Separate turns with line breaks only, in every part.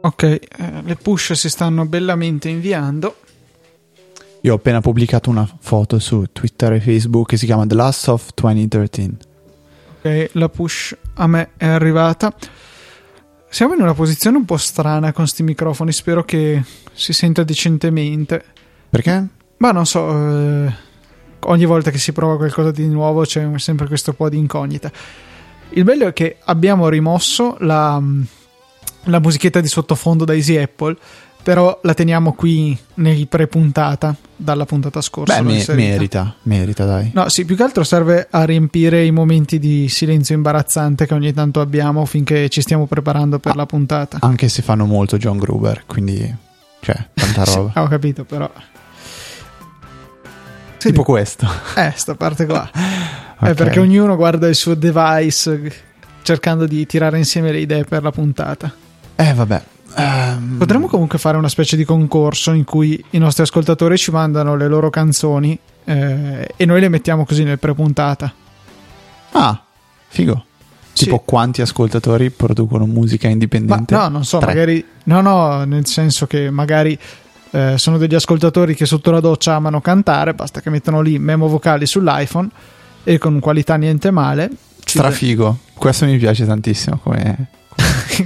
Ok, eh, le push si stanno bellamente inviando.
Io ho appena pubblicato una foto su Twitter e Facebook che si chiama The Last of 2013.
Ok, la push a me è arrivata. Siamo in una posizione un po' strana con sti microfoni, spero che si senta decentemente.
Perché?
Ma non so, eh, ogni volta che si prova qualcosa di nuovo c'è sempre questo po' di incognita. Il bello è che abbiamo rimosso la, la musichetta di sottofondo da Easy Apple, però la teniamo qui nel pre-puntata, dalla puntata scorsa.
Beh,
l'ho
me-
inserita.
merita, merita dai.
No, sì, più che altro serve a riempire i momenti di silenzio imbarazzante che ogni tanto abbiamo finché ci stiamo preparando per la puntata.
Anche se fanno molto John Gruber, quindi... Cioè, tanta
Sì,
roba.
ho capito, però. Sì,
tipo questo.
eh, sta parte qua.
Ok.
È perché ognuno guarda il suo device eh, cercando di tirare insieme le idee per la puntata.
Eh, vabbè. Ehm,
Potremmo comunque fare una specie di concorso in cui i nostri ascoltatori ci mandano le loro canzoni eh, e noi le mettiamo così nel pre-puntata.
Ah, figo.
Sì.
Tipo quanti ascoltatori producono musica
Ma
indipendente?
no, non so,
Tre.
magari. No, no, nel senso che magari eh, sono degli ascoltatori che sotto la doccia amano cantare, basta che mettono lì memo vocali sull'iPhone e con qualità niente male. ci-
Strafigo. Questo mi piace tantissimo come...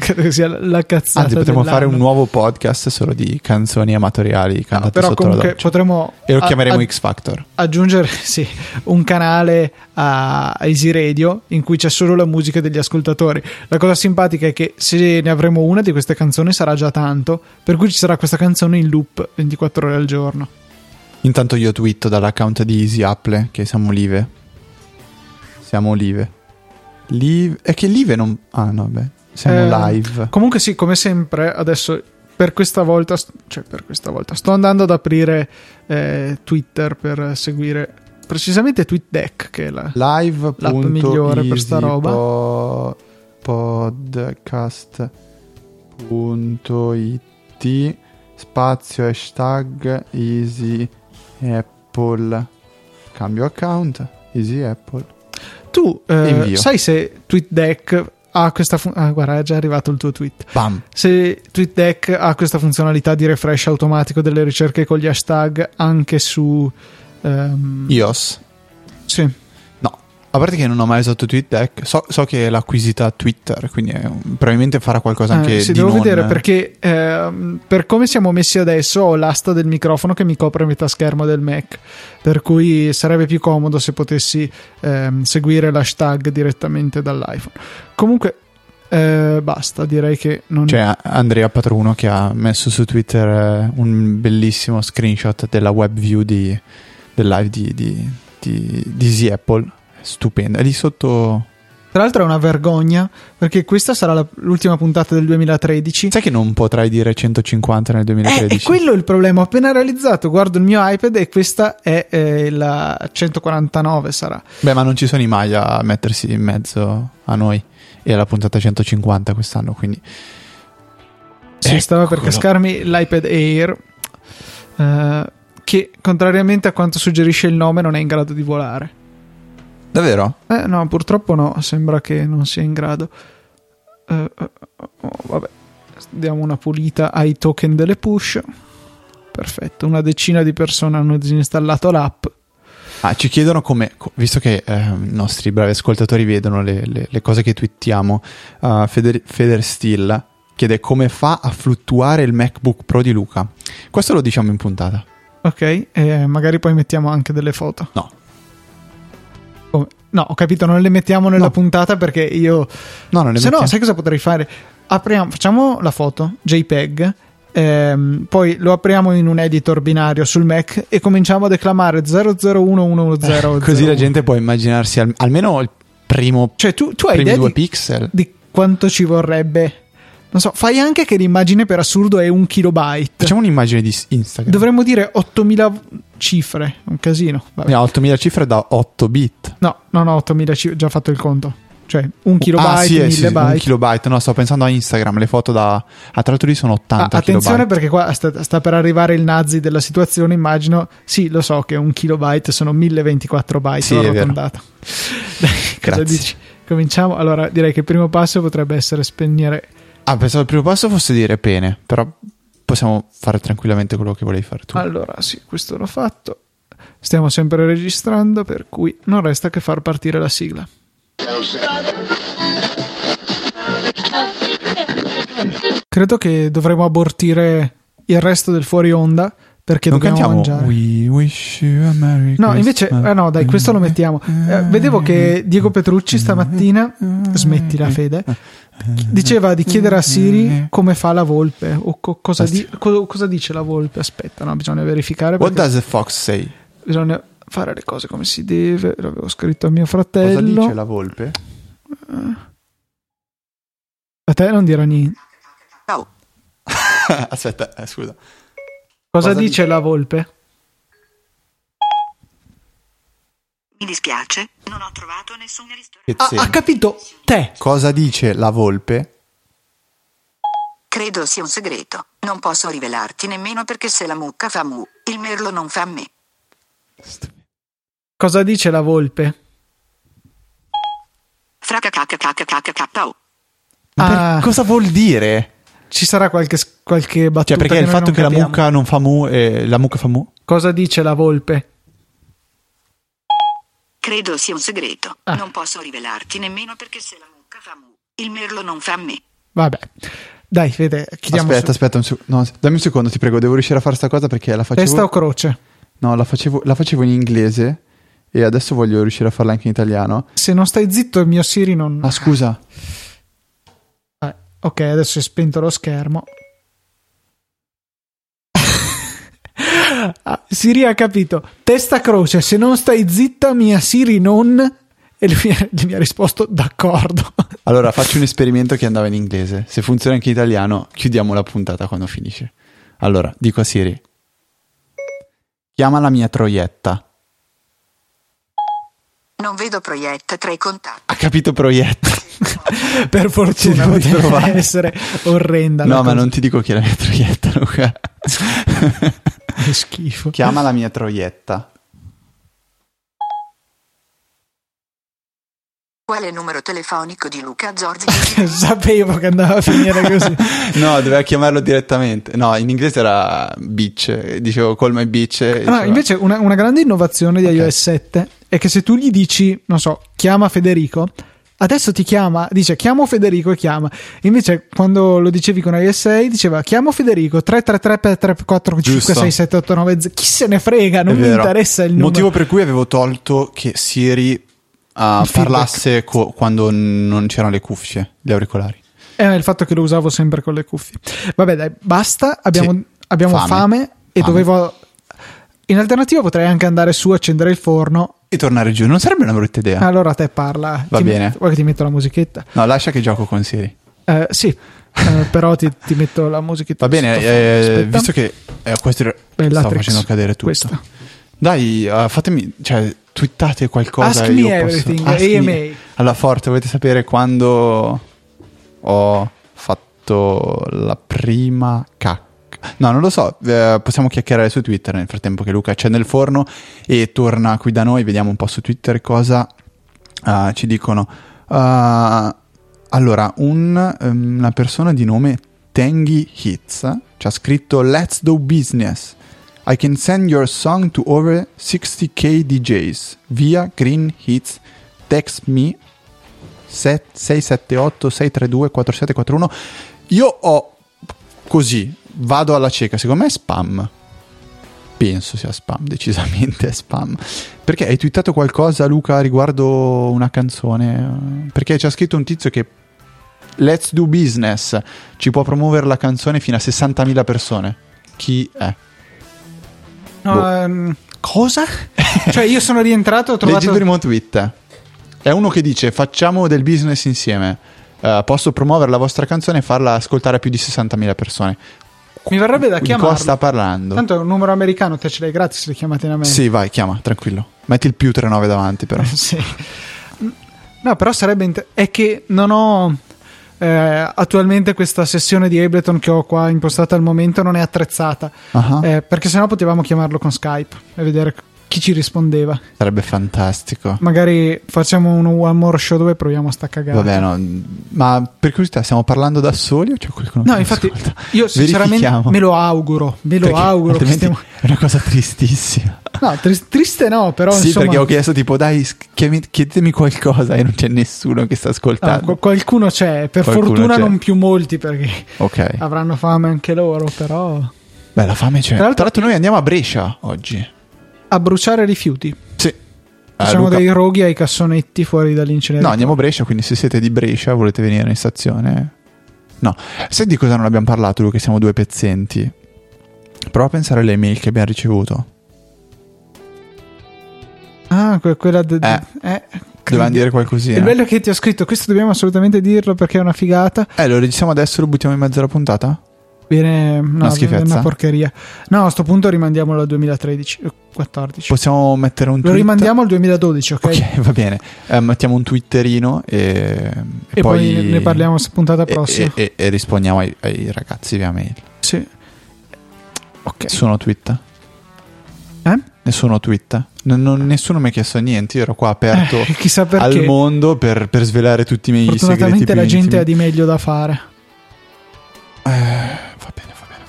credo che sia la cazzata.
Anzi, potremmo fare un
dell'anno.
nuovo podcast solo di canzoni amatoriali
No,
cantate
però
sotto la
comunque
doccia.
potremmo
E lo
a-
chiameremo
a-
X Factor.
aggiungere sì, un canale a a Easy Radio in cui c'è solo la musica degli ascoltatori. La cosa simpatica è che se ne avremo una di queste canzoni sarà già tanto, per cui ci sarà questa canzone in loop 24 ore al giorno.
Intanto io twitto dall'account di Easy Apple che siamo Live. Siamo Live. Live. È che Live non. Ah, no, beh. Siamo
Eh,
live.
Comunque, sì, come sempre, adesso per questa volta, cioè per questa volta, sto andando ad aprire eh, Twitter per seguire precisamente TweetDeck, che è la.
Live.
l'app migliore per sta roba.
podcast.it spazio hashtag Easy Apple. Cambio account. Easy Apple.
Tu eh,
Invio.
sai se TweetDeck ha questa. fun- ah, guarda, è già arrivato il tuo tweet.
Bam.
Se TweetDeck ha questa funzionalità di refresh automatico delle ricerche con gli hashtag anche su. ehm,
iOS.
Sì.
No, a parte che non ho mai usato TweetDeck, so, so che l'ha acquisita Twitter, quindi è un- probabilmente farà qualcosa anche
Eh, sì,
di
devo
non...
vedere perché ehm, per come siamo messi adesso ho l'asta del microfono che mi copre metà schermo del Mac, per cui sarebbe più comodo se potessi ehm, seguire l'hashtag direttamente dall'iPhone. Comunque eh, basta, direi che non
C'è cioè, A- Andrea Patruno che ha messo su Twitter eh, un bellissimo screenshot della web view di, del live di, di, di, di Easy Apple, stupenda, è lì sotto...
Tra l'altro è una vergogna perché questa sarà la- l'ultima puntata del 2013.
Sai che non potrai dire 150 nel
Eh,
2013?
è quello il problema. Ho appena realizzato, guardo il mio iPad e questa è eh, la 149 sarà.
Beh, ma non ci sono i Maya a mettersi in mezzo a noi e alla puntata 150 quest'anno, quindi... Ecco,
Sì, stava per
Eccolo.
cascarmi l'iPad Air, eh, che contrariamente a quanto suggerisce il nome non è in grado di volare.
Davvero?
Eh no, purtroppo no, sembra che non sia in grado. Eh, eh, oh, vabbè, diamo una pulita ai token delle push. Perfetto, una decina di persone hanno disinstallato l'app.
Ah, ci chiedono come, co- visto che eh, i nostri bravi ascoltatori vedono le, le- le cose che twittiamo, uh, Feder, Feder Still chiede come fa a fluttuare il MacBook Pro di Luca. Questo lo diciamo in puntata.
Ok, e magari poi mettiamo anche delle foto.
No.
Come? No, ho capito, non le mettiamo nella
No.
puntata perché io
No, non le
Se no,
mettiamo.
sai cosa potrei fare? Apriamo, facciamo la foto JPEG, ehm, poi lo apriamo in un editor binario sul Mac e cominciamo a declamare 001110.
Eh, Così la gente può immaginarsi al- almeno il primo,
Cioè, tu, tu hai
primi
idea
due
di,
pixel.
di quanto ci vorrebbe. Non so, fai anche che l'immagine per assurdo è un kilobyte. Cioè,
Facciamo un'immagine di s- Instagram.
Dovremmo dire 8000 cifre, un casino. Vabbè.
No, 8000 cifre da 8 bit.
No, no, no, 8000 cifre, già fatto il conto. Cioè, un kilobyte,
ah, sì, eh,
mille
sì, sì, un
byte.
kilobyte. No, sto pensando a Instagram, le foto da... Ah, tra l'altro lì sono 80
Ah, attenzione
kilobyte.
perché qua sta, sta per arrivare il nazi della situazione, immagino. Sì, lo so che un kilobyte sono 1024 byte
Sì, è vero.
arrotondato. Dai, cosa
Grazie.
dici? Cominciamo. Allora, direi che il primo passo potrebbe essere spegnere
Ah, pensavo il primo passo fosse dire pene, però possiamo fare tranquillamente quello che volevi fare tu.
Allora, sì, questo l'ho fatto. Stiamo sempre registrando, per cui non resta che far partire la sigla. Credo che dovremo abortire il resto del fuori onda perché
non
dobbiamo
cantiamo
mangiare.
We wish you a merry
No, invece,
Christmas.
ah no, dai, questo lo mettiamo. Eh, vedevo che Diego Petrucci stamattina, smetti la fede, diceva di chiedere a Siri come fa la volpe o co- cosa, di- co- cosa dice la volpe. Aspetta, no, bisogna verificare.
What
perché
does the fox say?
Bisogna fare le cose come si deve. L'avevo scritto a mio
Cosa
fratello.
dice la volpe?
A te non dirà niente.
Aspetta, eh, scusa.
Cosa,
Cosa
dice la volpe?
Mi dispiace, non ho trovato nessun ristorante.
Che zeno.
capito te.
Cosa dice la volpe?
Credo sia un segreto. Non posso rivelarti nemmeno perché se la mucca fa mu, il merlo non fa me.
Cosa dice la volpe?
Fra kkkkkkkko.
Ma per-
Ah.
cosa vuol dire?
Ci sarà qualche, qualche battuta.
Cioè, perché il
noi
fatto
non
che la
capiamo.
mucca non fa mu e la mucca fa mu?
Cosa dice la volpe?
Credo sia un segreto.
Ah.
Non posso rivelarti nemmeno perché se la mucca fa mu, il merlo non fa me.
Vabbè. Dai, vede, chiudiamo
Aspetta,
su-
aspetta, un sec- no, dammi un secondo, ti prego, devo riuscire a fare sta cosa perché la facevo...
testa o croce?
No, la facevo, la facevo in inglese e adesso voglio riuscire a farla anche in italiano.
Se non stai zitto, il mio Siri non.
Ah, scusa.
Eh, ok, adesso è spento lo schermo. Ah, Siri ha capito. Testa croce, se non stai zitta, mia Siri non. E lui gli mi ha risposto d'accordo.
Allora, faccio un esperimento che andava in inglese. Se funziona anche in italiano, chiudiamo la puntata quando finisce. Allora, dico a Siri. Chiama la mia proietta.
Non vedo proietta tra i contatti.
Ha capito proietta?
per fortuna
Ci devo
poteva
trovare.
essere orrenda. la
no, ma
cosa.
non ti dico chi è la mia proietta, Luca.
Che schifo.
Chiama la mia proietta.
Qual è il numero telefonico di Luca Zorzi?
Sapevo che andava a finire così.
No, doveva chiamarlo direttamente. No, in inglese era bitch. Dicevo call my bitch. e
Ah,
diceva-
invece una, una grande innovazione di iOS 7 è che se tu gli dici, non so, chiama Federico, adesso ti chiama, dice chiamo Federico e chiama. Invece quando lo dicevi con iOS 6 diceva chiamo Federico 333-345-6789, chi se ne frega, non
È
mi
vero.
interessa il numero.
Motivo per cui avevo tolto che Siri ah,
Il feedback.
parlasse co- quando non c'erano le cuffie, gli auricolari.
È Eh, il fatto che lo usavo sempre con le cuffie. Vabbè, dai, basta. Abbiamo,
Sì.
abbiamo fame.
Fame.
e
Fame.
dovevo. In alternativa, potrei anche andare su, accendere il forno.
E tornare giù non sarebbe una brutta idea.
Allora te parla.
Eh. Va
Ti-
bene.
Vuoi che ti metto la musichetta?
No, lascia che gioco con Siri.
Eh, sì, Eh, però ti, ti metto la musichetta.
Va bene,
sotto.
eh,
Aspetta.
visto che eh, questo era-
Beh,
stavo
Latrix,
facendo cadere tutto.
questa.
Dai, eh, fatemi, cioè, twittate qualcosa.
Ask
e io
me
posso-
everything,
Ask me.
AMA.
Allora, forte, volete sapere quando ho fatto la prima cacca? No, non lo so, eh, possiamo chiacchierare su Twitter nel frattempo che Luca accende il forno e torna qui da noi, vediamo un po' su Twitter cosa ah, ci dicono. Ah, allora, un, ehm, una persona di nome Tenghi Hits eh, ci ha scritto Let's do business. I can send your song to over 60k DJs via Green Hits. Text me 678 632 4741. Io ho così, vado alla cieca, secondo me è spam. Penso sia spam, decisamente è spam. Perché hai twittato qualcosa Luca riguardo una canzone? Perché c'ha scritto un tizio che Let's Do Business ci può promuovere la canzone fino a 60.000 persone. Chi è?
No,
boh.
ehm, cosa? cioè, io sono rientrato e ho trovato.
Leggi il primo tweet. È uno che dice facciamo del business insieme. Eh, posso promuovere la vostra canzone e farla ascoltare a più di 60.000 persone.
Mi verrebbe da
Di
chiamarlo.
cosa sta parlando?
Tanto è un numero americano, te ce l'hai gratis se li chiamate in America.
Sì, vai, chiama, tranquillo. Metti il più 39 davanti però.
Sì. No, però sarebbe. inter- è che non ho. eh, attualmente questa sessione di Ableton che ho qua impostata al momento non è attrezzata.
Ah.
Eh, perché sennò potevamo chiamarlo con Skype e vedere chi ci rispondeva.
Sarebbe fantastico.
Magari facciamo un one more show dove proviamo a sta cagata.
Vabbè, no. Ma per curiosità, stiamo parlando da soli o c'è qualcuno
No,
che
infatti,
ascolta?
io sinceramente
Verifichiamo.
me lo auguro, me lo
Perché
auguro. che
altrimenti
stiamo-
È una cosa tristissima.
No, tris- triste no, però
sì,
Oh, insomma,
perché ho chiesto tipo, dai, s- chiami- chiedetemi qualcosa e non c'è nessuno che sta
no,
ascoltando.
qu- Ah, qualcuno c'è, per
Qualcuno
fortuna
c'è. Eh.
non più molti perché
ok.
avranno fame anche loro, però
Beh, la fame c'è.
Ah. Tra
Tra
l'altro-
l'altro, noi andiamo a Brescia oggi.
a bruciare rifiuti.
Sì. A
Facciamo
Ah, Luca-
dei roghi ai cassonetti fuori
No,
dall'inceneritore.
andiamo a Brescia, quindi se siete di Brescia volete venire in stazione. No, sai di cosa non abbiamo parlato, Luca? che Siamo due pezzenti. Prova a pensare alle mail che abbiamo ricevuto.
Ah, que- quella de-
Eh.
eh,
Dovevamo dire qualcosina.
Il bello è che ti ho scritto, questo dobbiamo assolutamente dirlo perché è una figata.
Eh, lo registriamo adesso e lo buttiamo in mezzo alla puntata?
Viene no,
Una
è
schifezza.
una porcheria. No, a sto punto rimandiamolo al 2013 eh, 14.
Possiamo mettere un
Lo
tweet?
rimandiamo al 2012, ok?
Ok, va bene. Eh, mettiamo un twitterino e,
E poi, ne parliamo s- puntata
e-
prossima.
E, e- e rispondiamo ai, ai ragazzi via mail.
Sì. Ok.
Nessuno twitta?
Eh?
Nessuno twitta? Non- non- nessuno mi ha chiesto niente, io ero qua aperto
Eh, chissà
al
perché.
mondo per, per svelare tutti i miei segreti.
Fortunatamente
più
la gente ha
intimi.
di meglio da fare.
Eh, va bene, va bene.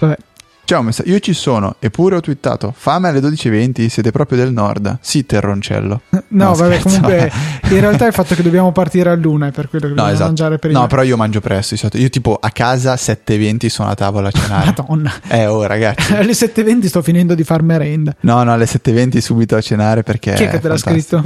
Vabbè.
Ciao, messa- io ci sono, eppure ho twittato. Fame alle 12.20, siete proprio del nord. Sì, terroncello.
No,
No,
vabbè,
scherzo.
comunque in realtà è il fatto che dobbiamo partire a luna è per quello che dobbiamo mangiare per
no,
il
però io mangio presto. di solito. Io, tipo, a casa 7.20 sono a tavola a cenare.
Madonna.
eh, oh, ragazzi.
Alle 7:20 sto finendo di far merenda.
No, no, alle 7.20 subito a cenare perché.
Chi è che te l'ha
fantastico.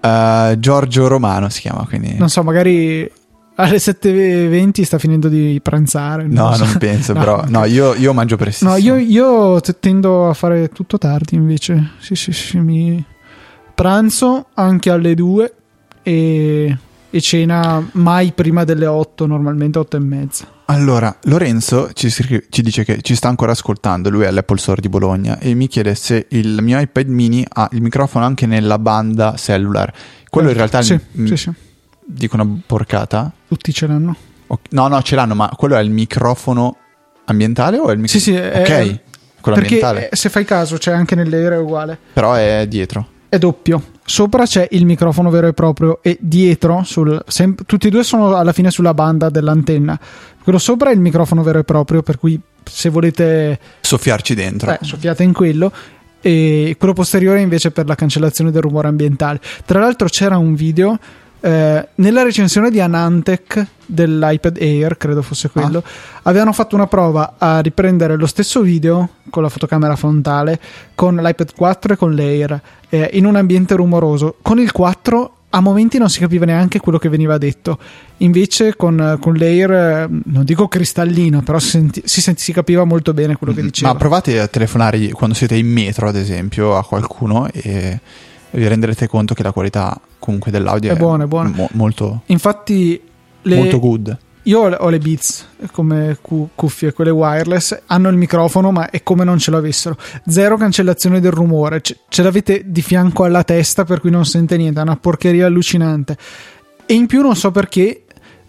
scritto?
Eh, Giorgio Romano si chiama, quindi.
Non so, magari alle 7:20 sta finendo di pranzare.
no,
lo so.
non penso,
No,
però.
ok.
No, io, io mangio prestissimo.
No, io, io t- tendo a fare tutto tardi invece. Sì, sì, sì, mi pranzo anche alle 2 e, e cena mai prima delle 8, normalmente 8 e mezza.
Allora, Lorenzo ci, scri- ci dice che ci sta ancora ascoltando, lui è all'Apple Store di Bologna e mi chiede se il mio iPad mini ha il microfono anche nella banda cellular. Quello in realtà
Eh, Sì,
mm,
sì, sì.
dico una porcata.
Tutti ce l'hanno.
Ok- No, no, ce l'hanno, ma quello è il microfono ambientale o è il
Sì, sì,
microfono?
è-
ok,
è-
quello
Perché
ambientale,
eh, se fai caso, c'è anche nell'aereo è uguale.
però è dietro.
È doppio. Sopra c'è il microfono vero e proprio e dietro, sul, sem- tutti e due sono alla fine sulla banda dell'antenna. Quello sopra è il microfono vero e proprio, per cui se volete
Soffiarci dentro.
eh, soffiate in quello e quello posteriore invece per la cancellazione del rumore ambientale. Tra l'altro c'era un video eh, nella recensione di Anantec dell'iPad Air, credo fosse quello,
Ah.
avevano fatto una prova a riprendere lo stesso video con la fotocamera frontale con l'iPad 4 e con l'Air eh, in un ambiente rumoroso. Con il 4 a momenti non si capiva neanche quello che veniva detto. Invece con, con l'Air, eh, non dico cristallino, però si, senti- si senti- si capiva molto bene quello che
Mm,
diceva.
Ma provate a telefonare quando siete in metro, ad esempio, a qualcuno e vi renderete conto che la qualità comunque dell'audio
È buona, è buona.
mo- molto,
Infatti, le-
molto good.
io ho le- ho le Beats come cu- cuffie, quelle wireless, hanno il microfono, ma è come non ce l'avessero. Zero cancellazione del rumore, ce, ce l'avete di fianco alla testa, per cui non sente niente. È una porcheria allucinante. E in più, non so perché,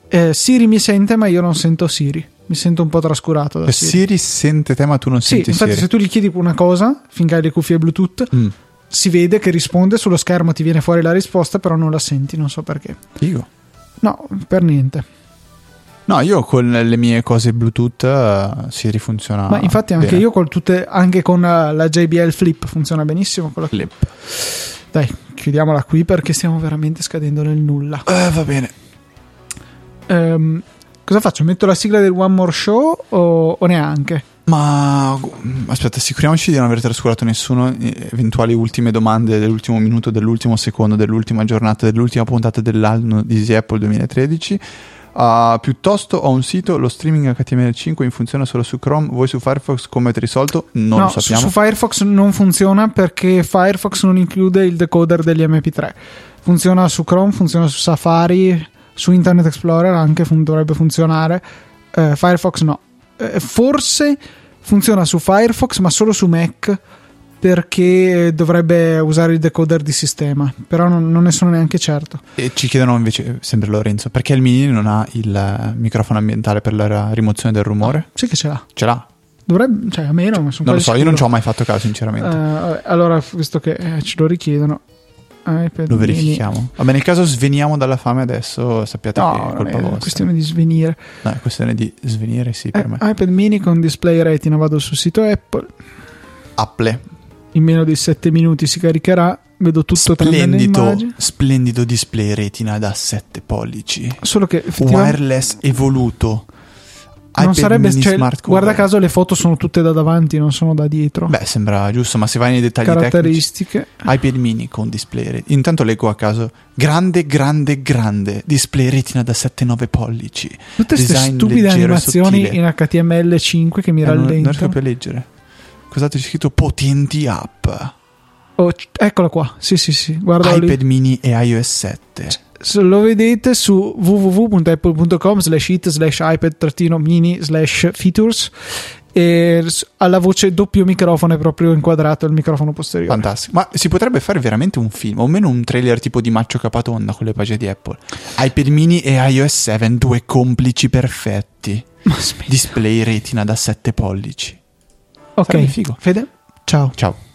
eh, Siri mi sente, ma io non sento Siri. Mi sento un po' trascurato da
Cioè,
Siri.
Siri sente te, ma tu non
Sì,
senti
infatti,
Siri.
se tu gli chiedi una cosa, finché hai le cuffie Bluetooth,
Mm,
si vede che risponde sullo schermo, ti viene fuori la risposta, però non la senti, non so perché.
figo.
No, per niente.
No, io con le mie cose Bluetooth eh, Siri funziona.
Ma infatti anche
bene.
io con tutte, anche con eh, la JBL Flip funziona benissimo. Con la...
Flip.
Dai, chiudiamola qui perché stiamo veramente scadendo nel nulla.
Eh, va bene.
Ehm, cosa faccio? Metto la sigla del One More Show o, o neanche?
Ma mm, aspetta, assicuriamoci di non aver trascurato nessuno. eh, Eventuali ultime domande dell'ultimo minuto, dell'ultimo secondo, dell'ultima giornata, dell'ultima puntata dell'anno di Easy Apple 2013. Ah, piuttosto ho un sito, lo streaming HTML5 in funziona solo su Chrome. Voi su Firefox come avete risolto? Non
no,
lo sappiamo.
Su, su Firefox non funziona perché Firefox non include il decoder degli MP3. Funziona su Chrome, funziona su Safari, su Internet Explorer anche fun- dovrebbe funzionare. Eh, Firefox no. Eh, forse funziona su Firefox, ma solo su Mac perché dovrebbe usare il decoder di sistema, però non, non ne sono neanche certo.
E ci chiedono invece, eh, sempre Lorenzo, perché il mini non ha il eh, microfono ambientale per la ra- rimozione del rumore?
Sì che ce l'ha.
Ce l'ha.
Dovrebbe, cioè, a meno, ma sono
Non
quasi
lo so, io non ci ho
sicuro.
mai fatto caso, sinceramente.
Eh, vabbè, allora, visto che eh, ce lo richiedono, eh, iPad
Lo
mini.
verifichiamo. Vabbè, nel caso sveniamo dalla fame adesso, sappiate che
No,
è
non
colpa
è
vostra.
questione di svenire.
No, è questione di svenire, sì, per
Eh,
me.
iPad mini con display retina, vado sul sito Apple,
Apple.
in meno di 7 minuti si caricherà, vedo tutto tranne le
Splendido,
immagini.
splendido display retina da 7 pollici.
Solo che effettivamente
Wireless evoluto.
non
iPad
sarebbe
mini
cioè,
smart cover.
guarda caso le foto sono tutte da davanti, non sono da dietro.
Beh, sembra giusto, ma se vai nei dettagli tecnici.
Caratteristiche.
iPad mini con display retina. Intanto leggo a caso. Grande, grande, grande. Display retina da 7-9 pollici.
Tutte queste
Design
stupide
leggero e
animazioni
sottile.
in HTML5 che mi
Eh, non, non riesco
rallentano.
più a leggere. Cos'altro c'è scritto? Potenti app.
Oh, c- eccola qua. Sì, sì, sì. Guardalo lì.
iPad mini e iOS 7.
Se lo vedete su www.apple.com slash it slash ipad trattino mini slash features e s- alla voce doppio microfono è proprio inquadrato il microfono posteriore
Fantastico. Ma si potrebbe fare veramente un film, o meno un trailer tipo di Maccio Capatonda con le pagine di Apple. iPad mini e iOS 7, due complici perfetti.
ma smetti.
Display retina da 7 pollici.
ok
sarebbe figo.
Fede ciao
Ciao.